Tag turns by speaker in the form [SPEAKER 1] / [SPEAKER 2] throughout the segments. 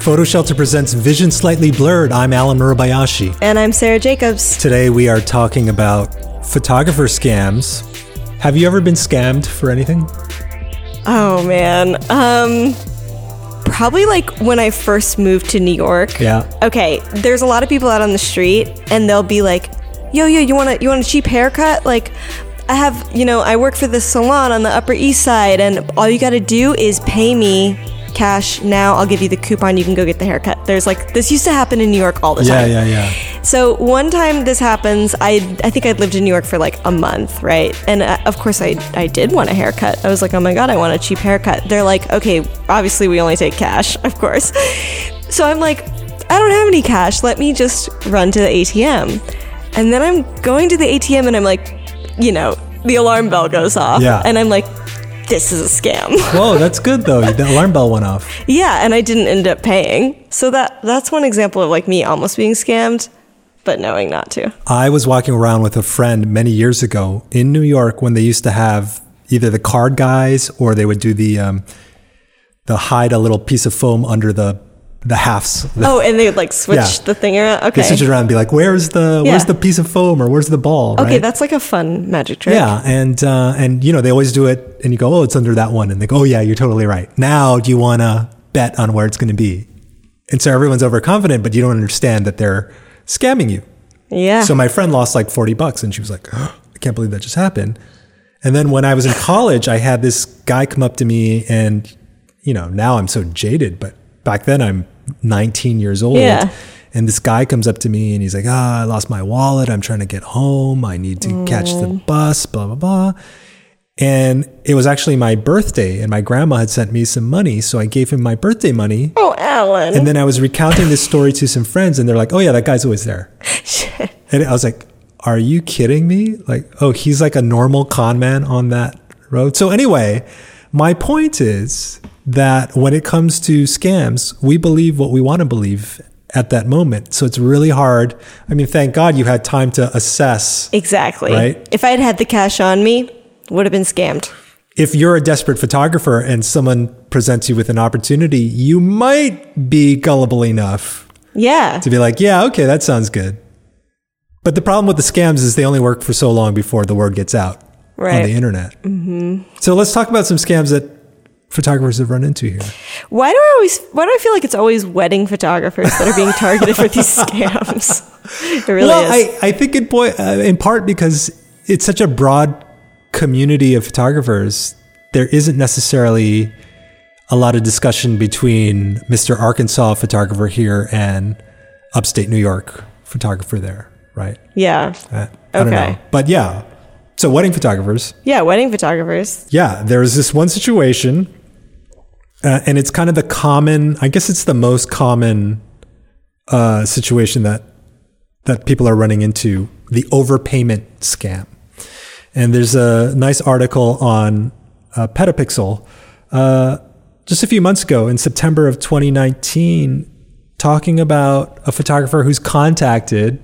[SPEAKER 1] Photo Shelter presents Vision Slightly Blurred. I'm Alan Murabayashi.
[SPEAKER 2] And I'm Sarah Jacobs.
[SPEAKER 1] Today we are talking about photographer scams. Have you ever been scammed for anything?
[SPEAKER 2] Oh man. Um probably like when I first moved to New York.
[SPEAKER 1] Yeah.
[SPEAKER 2] Okay, there's a lot of people out on the street and they'll be like, "Yo, yo, you want to you want a cheap haircut?" Like I have, you know, I work for this salon on the Upper East Side and all you got to do is pay me cash now. I'll give you the coupon, you can go get the haircut. There's like this used to happen in New York all the
[SPEAKER 1] Yeah,
[SPEAKER 2] time.
[SPEAKER 1] yeah, yeah.
[SPEAKER 2] So one time this happens, I I think I'd lived in New York for like a month, right? And uh, of course I I did want a haircut. I was like, oh my god, I want a cheap haircut. They're like, okay, obviously we only take cash, of course. So I'm like, I don't have any cash. Let me just run to the ATM. And then I'm going to the ATM and I'm like, you know, the alarm bell goes off,
[SPEAKER 1] Yeah.
[SPEAKER 2] and I'm like, this is a scam.
[SPEAKER 1] Whoa, that's good though. The alarm bell went off.
[SPEAKER 2] Yeah, and I didn't end up paying. So that that's one example of like me almost being scammed, but knowing not to.
[SPEAKER 1] I was walking around with a friend many years ago in New York when they used to have either the card guys or they would do the um, the hide a little piece of foam under the the halves. The,
[SPEAKER 2] Oh, and they would like switch
[SPEAKER 1] Yeah.
[SPEAKER 2] the thing around.
[SPEAKER 1] They
[SPEAKER 2] Oh, Okay.
[SPEAKER 1] switch it around and be like, "Where's the where's
[SPEAKER 2] Yeah.
[SPEAKER 1] the piece of foam or where's the ball?"
[SPEAKER 2] okay,
[SPEAKER 1] right?
[SPEAKER 2] that's like a fun magic trick.
[SPEAKER 1] Yeah, and uh, and you know they always do it, and you go, oh, it's under that one, and they go, oh yeah, you're totally right. Now, do you want to bet on where it's going to be? And so everyone's overconfident, but you don't understand that they're scamming you.
[SPEAKER 2] Yeah.
[SPEAKER 1] So my friend lost like forty bucks, and she was like, oh, I can't believe that just happened. And then when I was in college, I had this guy come up to me, and you know now I'm so jaded, but back then I'm 19 years old.
[SPEAKER 2] Yeah.
[SPEAKER 1] And this guy comes up to me and he's like, ah, I lost my wallet. I'm trying to get home. I need to catch the
[SPEAKER 2] Mm.
[SPEAKER 1] bus, blah, blah, blah. And it was actually my birthday, and my grandma had sent me some money. So I gave him my birthday money.
[SPEAKER 2] oh, Alan.
[SPEAKER 1] And then I was recounting this story to some friends, and they're like, oh, yeah, that guy's always there.
[SPEAKER 2] Shit.
[SPEAKER 1] And I was like, are you kidding me? Like, oh, he's like a normal con man on that road. So, anyway, my point is that when it comes to scams, we believe what we want to believe at that moment. So, it's really hard. I mean, thank God you had time to assess.
[SPEAKER 2] exactly.
[SPEAKER 1] Right?
[SPEAKER 2] If I had had the cash on me, would have been scammed.
[SPEAKER 1] If you're a desperate photographer and someone presents you with an opportunity, you might be gullible enough
[SPEAKER 2] Yeah.
[SPEAKER 1] to be like, yeah, okay, that sounds good. But the problem with the scams is they only work for so long before the word gets out. on the
[SPEAKER 2] Right. Mm-hmm.
[SPEAKER 1] internet. So let's talk about some scams that photographers have run into here.
[SPEAKER 2] Why do I always why do I feel like it's always wedding photographers that are being targeted for these scams? It really
[SPEAKER 1] well,
[SPEAKER 2] is.
[SPEAKER 1] I, I think it boy, uh, in part because it's such a broad community of photographers, there isn't necessarily a lot of discussion between Mr. Arkansas photographer here and upstate New York photographer there, right?
[SPEAKER 2] yeah.
[SPEAKER 1] Uh, I don't
[SPEAKER 2] Okay.
[SPEAKER 1] know. But yeah. So wedding photographers,
[SPEAKER 2] Yeah, wedding photographers.
[SPEAKER 1] Yeah, there was this one situation, uh, and it's kind of the common. I guess it's the most common uh, situation that that people are running into: the overpayment scam. And there's a nice article on uh, Petapixel uh, just a few months ago in September of 2019, talking about a photographer who's contacted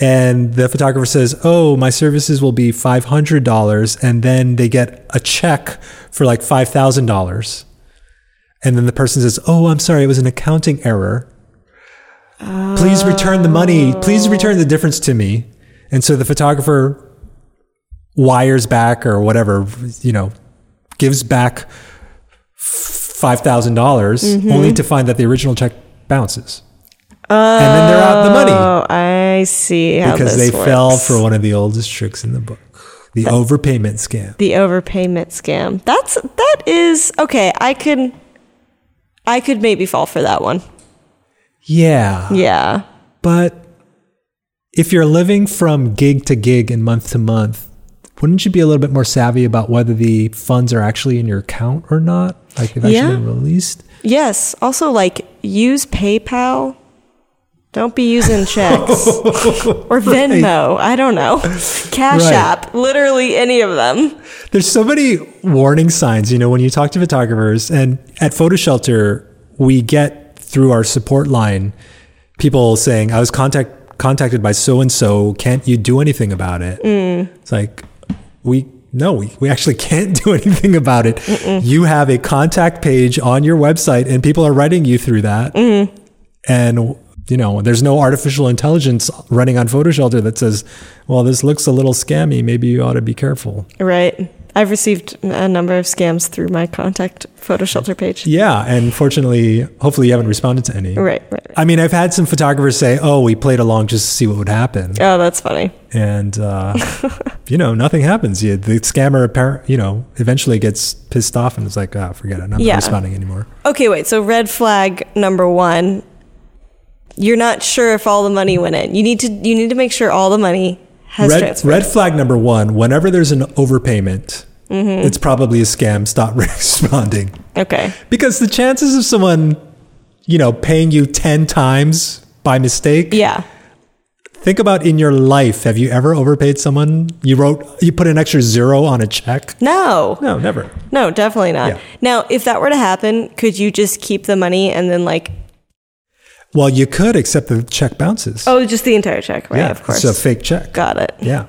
[SPEAKER 1] and the photographer says, "Oh, my services will be five hundred dollars," and then they get a check for like five thousand dollars, and then the person says, "Oh, I'm sorry, it was an accounting error. Please return the money. Please return the difference to me." And so the photographer wires back or whatever, you know, gives back five dollars, only to find that the original check bounces, and then they're out the money
[SPEAKER 2] Oh, I see how
[SPEAKER 1] because
[SPEAKER 2] this
[SPEAKER 1] they fell
[SPEAKER 2] works.
[SPEAKER 1] for one of the oldest tricks in the book the overpayment scam
[SPEAKER 2] the overpayment scam. That's that is okay. I could, I could maybe fall for that one.
[SPEAKER 1] yeah
[SPEAKER 2] Yeah,
[SPEAKER 1] but if you're living from gig to gig and month to month wouldn't you be a little bit more savvy about whether the funds are actually in your account or not like they've actually
[SPEAKER 2] Yeah.
[SPEAKER 1] been released
[SPEAKER 2] yes. Also, like use PayPal. Don't be using checks or Venmo. I don't know. Cash
[SPEAKER 1] Right.
[SPEAKER 2] App. Literally any of them.
[SPEAKER 1] there's so many warning signs you know when you talk to photographers and at photo shelter we get through our support line people saying i was contact contacted by so and so can't you do anything about it it's like we No, we, we actually can't do anything about it. You have a contact page on your website and people are writing you through that. And, you know, there's no artificial intelligence running on Photo Shelter that says, well, this looks a little scammy. Maybe you ought to be careful.
[SPEAKER 2] Right. I've received a number of scams through my contact photo shelter page.
[SPEAKER 1] Yeah. And fortunately, hopefully you haven't responded to any.
[SPEAKER 2] Right, right, right.
[SPEAKER 1] I mean, I've had some photographers say, oh, we played along just to see what would happen.
[SPEAKER 2] Oh, that's funny.
[SPEAKER 1] and uh, you know nothing happens. You, the scammer, apparent, you know, eventually gets pissed off and is like, "Ah, forget it. I'm not
[SPEAKER 2] Yeah.
[SPEAKER 1] responding anymore."
[SPEAKER 2] Okay, wait. So red flag number 1, you're not sure if all the money went in. You need to you need to make sure all the money has
[SPEAKER 1] Red,
[SPEAKER 2] transferred.
[SPEAKER 1] red flag number one: whenever there's an overpayment,
[SPEAKER 2] Mm-hmm.
[SPEAKER 1] it's probably a scam. Stop responding
[SPEAKER 2] Okay.
[SPEAKER 1] because the chances of someone, you know, paying you ten times by mistake.
[SPEAKER 2] Yeah.
[SPEAKER 1] Think about in your life: have you ever overpaid someone? You wrote, you put an extra zero on a check.
[SPEAKER 2] No.
[SPEAKER 1] No, never.
[SPEAKER 2] No, definitely not.
[SPEAKER 1] Yeah.
[SPEAKER 2] Now, if that were to happen, could you just keep the money and then like
[SPEAKER 1] Well, you could, except the check bounces.
[SPEAKER 2] oh, just the entire check, right?
[SPEAKER 1] yeah,
[SPEAKER 2] of course.
[SPEAKER 1] It's a fake check.
[SPEAKER 2] Got it.
[SPEAKER 1] Yeah.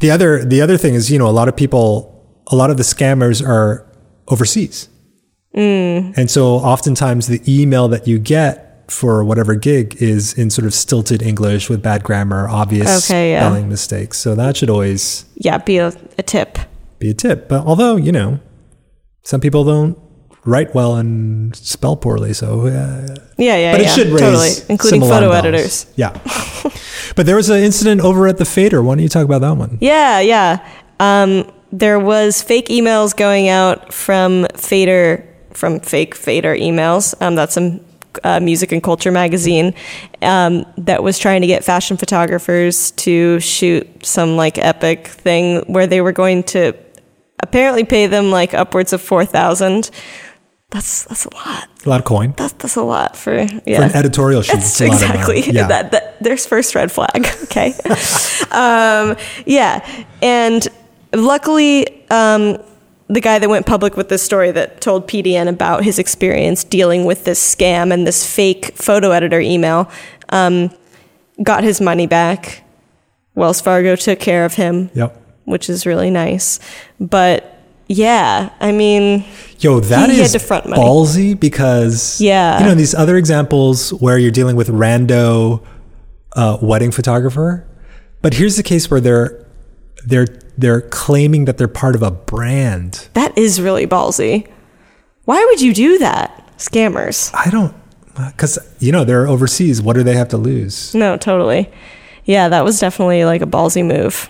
[SPEAKER 1] The other the other thing is, you know, a lot of people, a lot of the scammers are overseas,
[SPEAKER 2] Mm.
[SPEAKER 1] and so oftentimes the email that you get for whatever gig is in sort of stilted English with bad grammar, obvious
[SPEAKER 2] Okay, yeah.
[SPEAKER 1] spelling mistakes. So that should always
[SPEAKER 2] Yeah, be a, a tip.
[SPEAKER 1] be a tip. But although you know, some people don't write well and spell poorly, so uh,
[SPEAKER 2] Yeah, yeah,
[SPEAKER 1] but
[SPEAKER 2] yeah.
[SPEAKER 1] it should raise
[SPEAKER 2] totally, including
[SPEAKER 1] some alarm
[SPEAKER 2] photo
[SPEAKER 1] bells.
[SPEAKER 2] editors.
[SPEAKER 1] Yeah, but there was an incident over at the Fader. Why don't you talk about that one?
[SPEAKER 2] Yeah, yeah. Um, there was fake emails going out from Fader, from fake Fader emails. Um, that's some uh, music and culture magazine um, that was trying to get fashion photographers to shoot some like epic thing where they were going to apparently pay them like upwards of four thousand. That's that's a lot.
[SPEAKER 1] A lot of coin.
[SPEAKER 2] That's that's a lot for yeah.
[SPEAKER 1] for an editorial shoot. it's
[SPEAKER 2] That's
[SPEAKER 1] a lot of money.
[SPEAKER 2] exactly
[SPEAKER 1] Yeah.
[SPEAKER 2] that, that. There's first red flag. Okay. um, yeah, and luckily, um, the guy that went public with this story that told PDN about his experience dealing with this scam and this fake photo editor email um, got his money back. Wells Fargo took care of him,
[SPEAKER 1] Yep.
[SPEAKER 2] which is really nice. But yeah, I mean,
[SPEAKER 1] Yo, that
[SPEAKER 2] He had
[SPEAKER 1] is
[SPEAKER 2] to front money.
[SPEAKER 1] ballsy because
[SPEAKER 2] Yeah.
[SPEAKER 1] you know these other examples where you're dealing with rando uh, wedding photographer, but here's the case where they're they're they're claiming that they're part of a brand.
[SPEAKER 2] that is really ballsy. Why would you do that? Scammers.
[SPEAKER 1] I don't because you know they're overseas. What do they have to lose?
[SPEAKER 2] No, totally. Yeah, that was definitely like a ballsy move.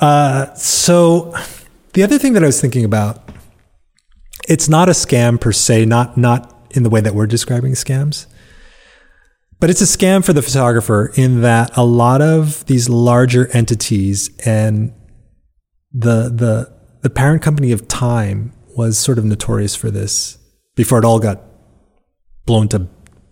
[SPEAKER 1] So the other thing that I was thinking about, it's not a scam per se, not not in the way that we're describing scams. But it's a scam for the photographer in that a lot of these larger entities and the the the parent company of Time was sort of notorious for this before it all got blown to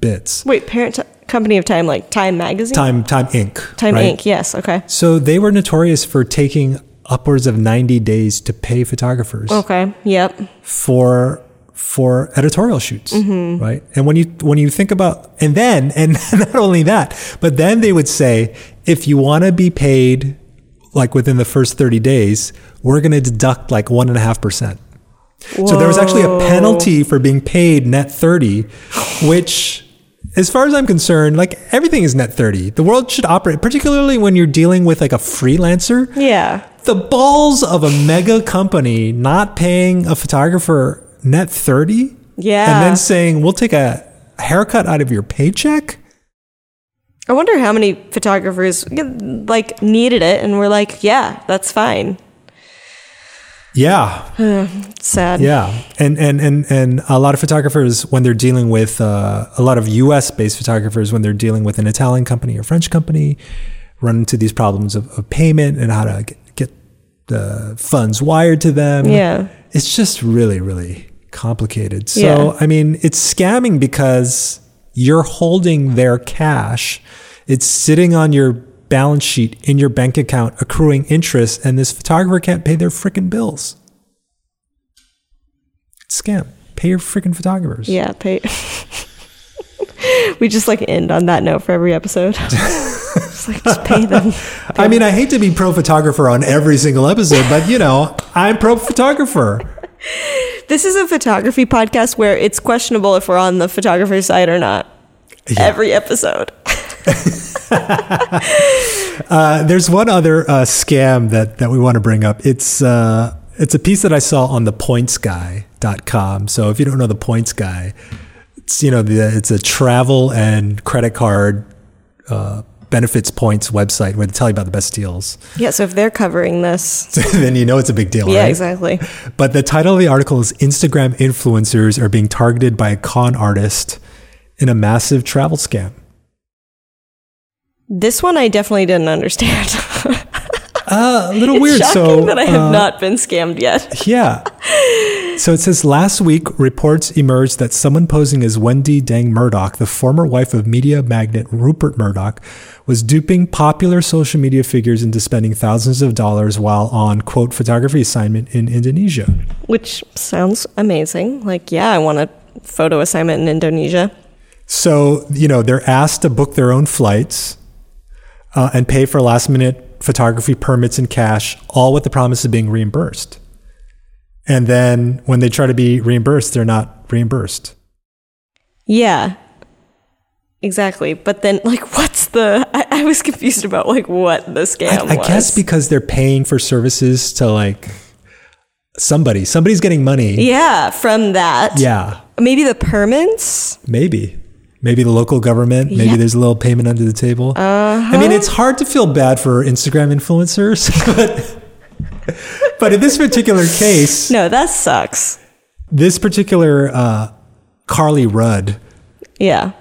[SPEAKER 1] bits.
[SPEAKER 2] Wait, parent t- company of Time, like Time Magazine?
[SPEAKER 1] Time Time Inc.
[SPEAKER 2] Time
[SPEAKER 1] right?
[SPEAKER 2] Inc. Yes. Okay.
[SPEAKER 1] So they were notorious for taking upwards of 90 days to pay photographers.
[SPEAKER 2] Okay. Yep.
[SPEAKER 1] for for editorial shoots, right? And when you when you think about and then and not only that, but then they would say if you want to be paid like within the first thirty days, we're going to deduct like one and a half percent. So there was actually a penalty for being paid net thirty, which. As far as I'm concerned, like everything is net 30. The world should operate, particularly when you're dealing with like a freelancer
[SPEAKER 2] Yeah.
[SPEAKER 1] the balls of a mega company not paying a photographer net 30
[SPEAKER 2] Yeah.
[SPEAKER 1] and then saying we'll take a haircut out of your paycheck
[SPEAKER 2] I wonder how many photographers like needed it and were like, "Yeah, that's fine."
[SPEAKER 1] yeah
[SPEAKER 2] Sad.
[SPEAKER 1] yeah and and and and a lot of photographers when they're dealing with uh, a lot of us based photographers when they're dealing with an italian company or french company run into these problems of, of payment and how to get, get the funds wired to them
[SPEAKER 2] Yeah.
[SPEAKER 1] it's just really really complicated so
[SPEAKER 2] Yeah.
[SPEAKER 1] i mean it's scamming because you're holding their cash it's sitting on your balance sheet in your bank account accruing interest and this photographer can't pay their freaking bills it's scam pay your freaking photographers
[SPEAKER 2] Yeah. Pay. we just like end on that note for every episode. It's like just pay them.
[SPEAKER 1] I mean, I hate to be pro photographer on every single episode, but you know, I'm pro photographer.
[SPEAKER 2] this is a photography podcast where it's questionable if we're on the photographer's side or not. Every episode.
[SPEAKER 1] Uh, there's one other uh, scam that, that we want to bring up. It's uh, it's a piece that I saw on thepointsguy.com. So if you don't know the Points Guy, it's you know the, it's a travel and credit card uh, benefits points website where they tell you about the best deals.
[SPEAKER 2] Yeah, so if they're covering this.
[SPEAKER 1] then you know it's a big deal.
[SPEAKER 2] Yeah,
[SPEAKER 1] right?
[SPEAKER 2] exactly.
[SPEAKER 1] But the title of the article is Instagram influencers are being targeted by a con artist in a massive travel scam.
[SPEAKER 2] This one I definitely didn't understand. it's
[SPEAKER 1] Uh, a little weird.
[SPEAKER 2] shocking
[SPEAKER 1] so
[SPEAKER 2] that I have
[SPEAKER 1] uh,
[SPEAKER 2] not been scammed yet.
[SPEAKER 1] Yeah. So it says last week reports emerged that someone posing as Wendy Dang Murdoch, the former wife of media magnate Rupert Murdoch, was duping popular social media figures into spending thousands of dollars while on quote photography assignment in Indonesia.
[SPEAKER 2] Which sounds amazing. Like, yeah, I want a photo assignment in Indonesia.
[SPEAKER 1] So, you know, they're asked to book their own flights uh, and pay for last minute photography permits and cash, all with the promise of being reimbursed. And then when they try to be reimbursed, they're not reimbursed.
[SPEAKER 2] Yeah. Exactly. But then like what's the I, I was confused about like what the scam
[SPEAKER 1] I, I
[SPEAKER 2] was.
[SPEAKER 1] guess because they're paying for services to like somebody. Somebody's getting money.
[SPEAKER 2] yeah, from that.
[SPEAKER 1] Yeah,
[SPEAKER 2] Maybe the permits?
[SPEAKER 1] maybe. Maybe the local government. Maybe
[SPEAKER 2] Yeah. Uh-huh.
[SPEAKER 1] there's a little payment under the table. I mean, it's hard to feel bad for Instagram influencers, but but in this particular case,
[SPEAKER 2] No, that sucks.
[SPEAKER 1] this particular uh, Carly Rudd
[SPEAKER 2] Yeah.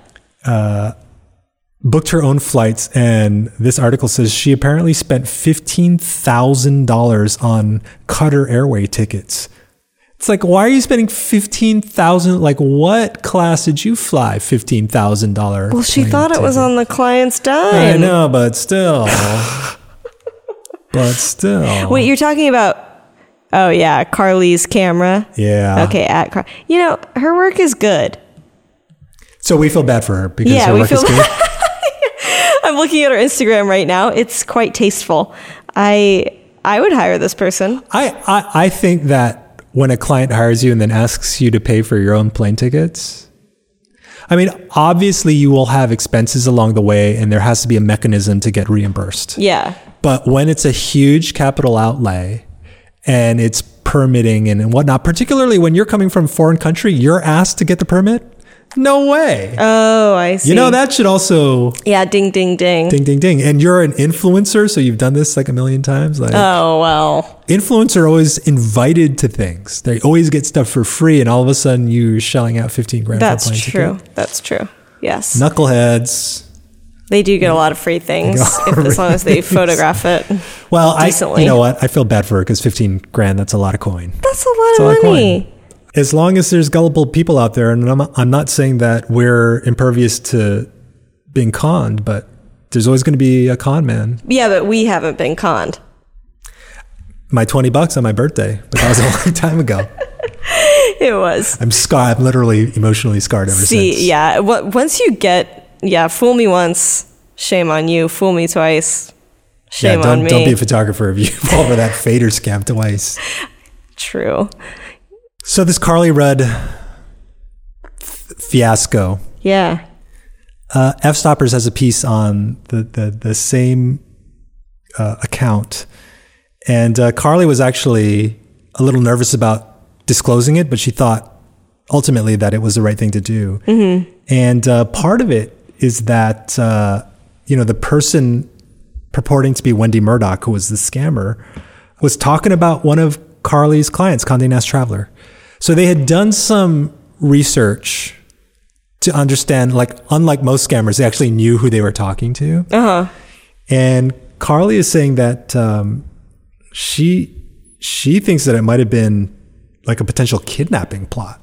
[SPEAKER 1] booked her own flights, and this article says she apparently spent fifteen thousand dollars on Qatar Airway tickets. It's like, why are you spending fifteen thousand? Like, what class did you fly? Fifteen thousand dollars.
[SPEAKER 2] Well, she thought it was on the client's dime.
[SPEAKER 1] I know, but still, but still,
[SPEAKER 2] Wait, you're talking about Oh yeah, Carly's camera.
[SPEAKER 1] yeah.
[SPEAKER 2] Okay, at Car- You know, her work is good.
[SPEAKER 1] So we feel bad for her because
[SPEAKER 2] Yeah,
[SPEAKER 1] her
[SPEAKER 2] we
[SPEAKER 1] work is
[SPEAKER 2] feel-
[SPEAKER 1] good.
[SPEAKER 2] I'm looking at her Instagram right now. It's quite tasteful. I I would hire this person.
[SPEAKER 1] I, I I think that when a client hires you and then asks you to pay for your own plane tickets, I mean, obviously you will have expenses along the way, and there has to be a mechanism to get reimbursed.
[SPEAKER 2] Yeah.
[SPEAKER 1] But when it's a huge capital outlay and it's permitting and, and whatnot, particularly when you're coming from a foreign country, you're asked to get the permit. No way.
[SPEAKER 2] Oh, I see.
[SPEAKER 1] you know that should also
[SPEAKER 2] Yeah, ding ding ding.
[SPEAKER 1] ding ding ding. And you're an influencer, so you've done this like a million times. Like
[SPEAKER 2] Oh well.
[SPEAKER 1] influencers are always invited to things. They always get stuff for free, and all of a sudden you're shelling out 15 grand.
[SPEAKER 2] That's
[SPEAKER 1] for a plane
[SPEAKER 2] true.
[SPEAKER 1] ticket.
[SPEAKER 2] That's true. Yes.
[SPEAKER 1] Knuckleheads.
[SPEAKER 2] They do get a lot of free things
[SPEAKER 1] They get a lot
[SPEAKER 2] if,
[SPEAKER 1] of
[SPEAKER 2] as long as they photograph it.
[SPEAKER 1] Well, I
[SPEAKER 2] Decently.
[SPEAKER 1] you know what? I feel bad for her because 15 grand. That's a lot of coin.
[SPEAKER 2] That's a lot
[SPEAKER 1] That's a lot
[SPEAKER 2] of
[SPEAKER 1] of
[SPEAKER 2] money.
[SPEAKER 1] coin. As long as there's gullible people out there, and I'm I'm not saying that we're impervious to being conned, but there's always going to be a con man.
[SPEAKER 2] Yeah, but we haven't been conned.
[SPEAKER 1] My 20 bucks on my birthday, but that was a long time ago.
[SPEAKER 2] It was.
[SPEAKER 1] I'm scarred. I'm literally emotionally scarred ever since.
[SPEAKER 2] See, yeah. What once you get yeah, fool me once, shame on you. Fool me twice, shame
[SPEAKER 1] don't,
[SPEAKER 2] on me.
[SPEAKER 1] don't be a photographer if you fall for that fader scam twice.
[SPEAKER 2] True.
[SPEAKER 1] So this Carly Rudd f- fiasco.
[SPEAKER 2] Yeah.
[SPEAKER 1] Uh, F Stoppers has a piece on the the, the same uh, account, and uh, Carly was actually a little nervous about disclosing it, but she thought ultimately that it was the right thing to do. And uh, part of it is that uh, you know the person purporting to be Wendy Murdoch, who was the scammer, was talking about one of Carly's clients, Condé Nast Traveler. So they had done some research to understand, like, unlike most scammers, they actually knew who they were talking to. Uh-huh. And Carly is saying that um, she she thinks that it might have been like a potential kidnapping plot.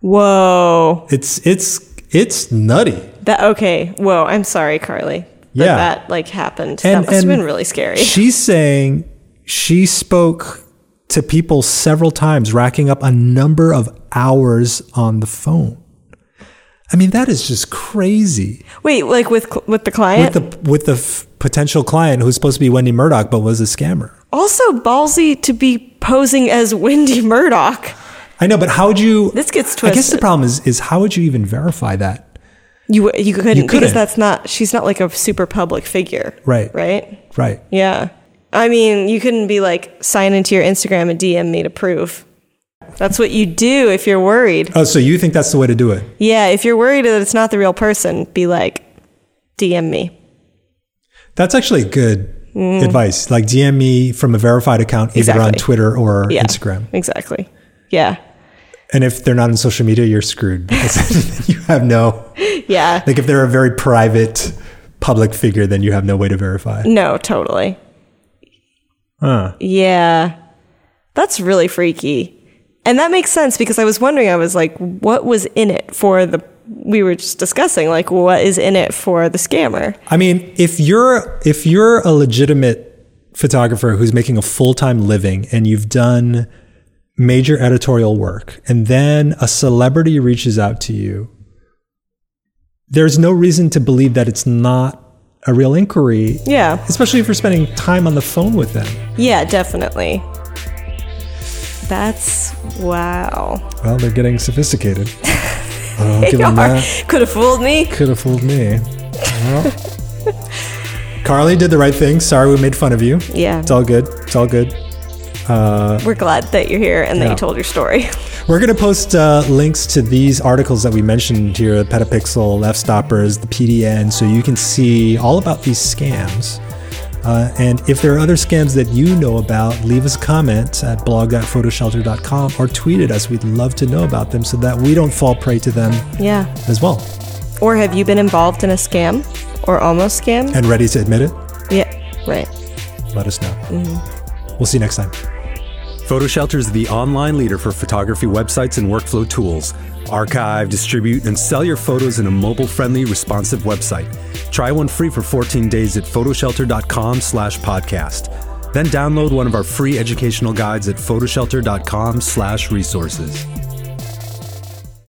[SPEAKER 2] Whoa.
[SPEAKER 1] It's it's it's nutty.
[SPEAKER 2] That okay. Whoa. I'm sorry, Carly. That
[SPEAKER 1] Yeah.
[SPEAKER 2] That like happened. that must have been really scary.
[SPEAKER 1] She's saying she spoke to people several times, racking up a number of hours on the phone. I mean, that is just crazy.
[SPEAKER 2] Wait, like with cl- with the client.
[SPEAKER 1] With the with the f- potential client who's supposed to be Wendy Murdoch but was a scammer.
[SPEAKER 2] also ballsy to be posing as Wendy Murdoch.
[SPEAKER 1] I know, but how would you?
[SPEAKER 2] This gets
[SPEAKER 1] I guess the
[SPEAKER 2] twisted.
[SPEAKER 1] problem is is how would you even verify that?
[SPEAKER 2] You you couldn't,
[SPEAKER 1] couldn't.
[SPEAKER 2] because that's not she's not like a super public figure.
[SPEAKER 1] Right.
[SPEAKER 2] Right.
[SPEAKER 1] Right.
[SPEAKER 2] Yeah. I mean, you couldn't be like sign into your Instagram and DM me to prove. That's what you do if you're worried.
[SPEAKER 1] Oh, so you think that's the way to do it?
[SPEAKER 2] Yeah, if you're worried that it's not the real person, be like DM me.
[SPEAKER 1] That's actually good advice. Like DM me from a verified account either on
[SPEAKER 2] Mm. Exactly.
[SPEAKER 1] Twitter or
[SPEAKER 2] Yeah.
[SPEAKER 1] Instagram.
[SPEAKER 2] Exactly. Yeah.
[SPEAKER 1] And if they're not on social media, you're screwed because you have no
[SPEAKER 2] Yeah.
[SPEAKER 1] like if they're a very private public figure, then you have no way to verify.
[SPEAKER 2] No, totally.
[SPEAKER 1] Huh.
[SPEAKER 2] Yeah. That's really freaky. And that makes sense because I was wondering, I was like, what was in it for the, we were just discussing, like, what is in it for the scammer?
[SPEAKER 1] I mean, if you're if you're a legitimate photographer who's making a full-time living and you've done major editorial work and then a celebrity reaches out to you, there's no reason to believe that it's not a real inquiry,
[SPEAKER 2] Yeah.
[SPEAKER 1] especially if you're spending time on the phone with them.
[SPEAKER 2] Yeah, definitely. That's, wow.
[SPEAKER 1] Well, they're getting sophisticated. I don't give them that.
[SPEAKER 2] Could have fooled me.
[SPEAKER 1] Could have fooled me. Well. Carly did the right thing. Sorry we made fun of you.
[SPEAKER 2] Yeah.
[SPEAKER 1] It's all good. It's all good.
[SPEAKER 2] We're glad that you're here and
[SPEAKER 1] Uh,
[SPEAKER 2] that
[SPEAKER 1] Yeah.
[SPEAKER 2] you told your story.
[SPEAKER 1] We're going to post uh, links to these articles that we mentioned here the Petapixel, Left Stoppers, the PDN, so you can see all about these scams. Uh, and if there are other scams that you know about, leave us a comment at blog.photoshelter.com or tweet at us. We'd love to know about them so that we don't fall prey to them
[SPEAKER 2] Yeah.
[SPEAKER 1] as well.
[SPEAKER 2] Or have you been involved in a scam or almost scam?
[SPEAKER 1] And ready to admit it?
[SPEAKER 2] Yeah. Right.
[SPEAKER 1] Let us know. We'll see you next time.
[SPEAKER 3] PhotoShelter is the online leader for photography websites and workflow tools. Archive, distribute, and sell your photos in a mobile-friendly, responsive website. Try one free for 14 days at photoshelter.com slash podcast. Then download one of our free educational guides at photoshelter.com slash resources.